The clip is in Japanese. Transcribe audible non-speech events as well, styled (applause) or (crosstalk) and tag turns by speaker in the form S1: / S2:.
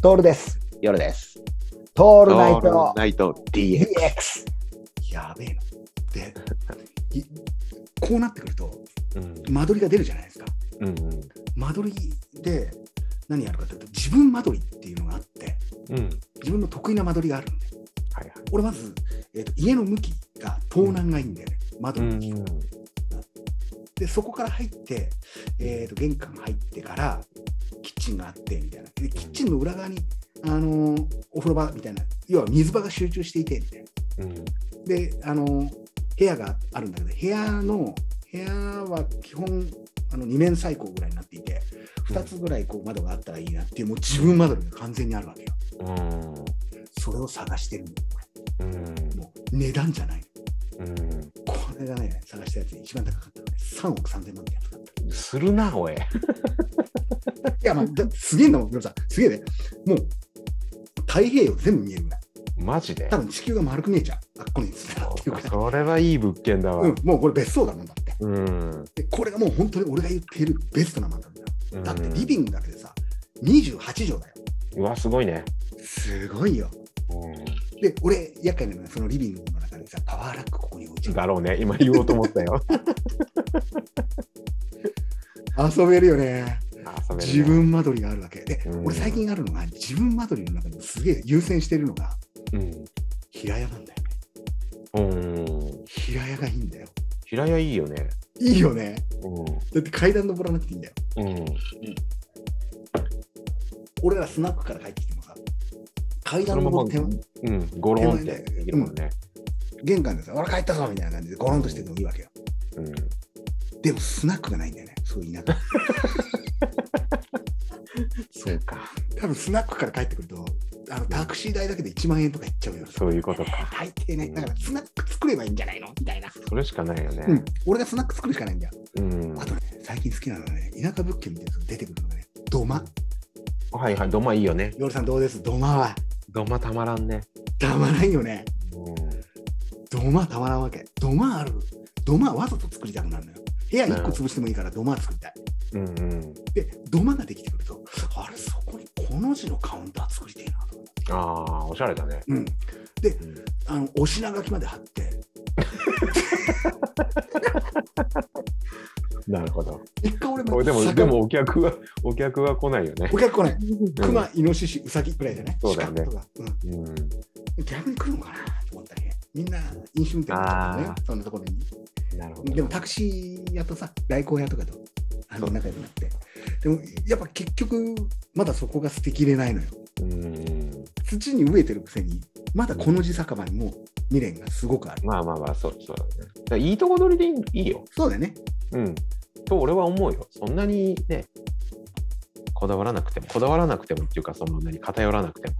S1: トールです。
S2: 夜です。
S1: ト
S2: オ
S1: ールナイト
S2: ナイト
S1: DX。
S2: DX。
S3: やべえな。で、いこうなってくると、
S2: うん
S3: 間取りが出るじゃないですか。
S2: うん
S3: 間取りで何やるかというと、自分間取りっていうのがあって、
S2: うん。
S3: 自分の得意な間取りがあるんで、
S2: はいはい。
S3: 俺まず、えーと家の向きが東南がいいんだよね、間
S2: う
S3: 取りの
S2: ん
S3: 向きがで、そこから入って、えーと玄関入ってから、キッチンがあってみたいな。でキッチンの裏側に、あのーお風呂場みたいな、要は水場が集中していてみたいな。
S2: うん
S3: であの部屋があるんだけど部屋の部屋は基本あの2面採光ぐらいになっていて2つぐらいこう窓があったらいいなっていうもう自分窓が完全にあるわけよ
S2: うん
S3: それを探してるの
S2: うん
S3: もう値段じゃない
S2: うん
S3: これがね探したやつで一番高かったのね3億3000万のやつだったい
S2: するなおい。
S3: や (laughs) まあだすげえんだもん皆さんすげえねもう太平洋全部見えるぐらい
S2: マジで
S3: 多。分地球が丸く見えちゃうあっこに住んだらっていうか
S2: それはいい物件だ
S3: う
S2: わ
S3: ん。もうこれ別荘だもんだって
S2: うん。
S3: でこれがもう本当に俺が言っているベストな間取りだ
S2: うん
S3: だってリビングだけでさ、28畳だよ。
S2: うわすごいね。
S3: すごいよ。
S2: う
S3: で、俺、厄介なのは、そのリビングの中にさ、パワーラックここに置いて
S2: ん。
S3: る
S2: だろうね。今言おうと思ったよ。
S3: 遊べるよね。
S2: 遊べるね
S3: 自。分間取りがあるわけ。で
S2: う、ん
S3: 俺最近あるのが、自分間取りの中にすげえ優先してるのが、
S2: うん
S3: 平屋なんだよね。
S2: うん。
S3: 平屋がいいんだよ。
S2: 平屋いいよね。
S3: いいよね。
S2: う
S3: だって階段登らなくていいんだよ。
S2: ん。うん。
S3: 俺らスナックから帰ってきてもさ、階
S2: そ
S3: 段
S2: のまま
S3: 登って、
S2: うん。ゴロンってできるもんね。
S3: 玄関でさ、俺帰ったぞみたいな感じでゴロンとしててもいいわけよ。
S2: うん。
S3: でもスナックがないんだよね、そういう田舎。
S2: そうか。
S3: 多分スナックから帰ってくるとあのタクシー代だけで1万円とかいっちゃうよ、
S2: そういうことか。
S3: 大抵ねだからスナック作ればいいんじゃないのみたいな、
S2: それしかないよね。
S3: うん、俺がスナック作るしかないんだよ
S2: うん
S3: あとね最近好きなのはね田舎物件みたいなのが出てくるのがね土間
S2: はいはい、ドマいいよね。
S3: 夜さんどうです土間は
S2: ドマたまらんね。
S3: たまないよね
S2: う
S3: 土間たまらんわけ土間ある土間わざと作りたくなるのよ部屋1個潰してもいいから土間作りたい
S2: ん。うんうん。
S3: で土間ができてくるとあれそこにこの字のカウンター作りてえなと思って
S2: ああ、おしゃれだね。
S3: うん
S2: うん
S3: あのお品書きまで貼って
S2: なるほど。
S3: 一回俺
S2: これでも、
S3: 魚
S2: でもお客は、お客は来ないよね
S3: お。客来ない
S2: うん
S3: クマ、イノシシ、ウサギくらいじゃない
S2: そうだよね
S3: 鹿とか、
S2: うん。
S3: うん。逆に来るのかなと思ったりね。みんな飲酒運転だったね
S2: あ、
S3: そんなところに。
S2: なるほど。
S3: でもタクシー屋とさ、代行屋とかと、あの
S2: そう
S3: 仲良くなって。でもやっぱ結局、まだそこが捨てきれないのよ。
S2: うん。
S3: 土に植えてるくせに、まだこの地酒場にも未練がすごくある。
S2: まあまあまあ、そうそうだね。だからいいとこ取りでいいいいよ。
S3: そうだよね。
S2: うん。と俺は思うよ。そんなにね、こだわらなくても、こだわらなくてもっていうか、そんなに偏らなくても。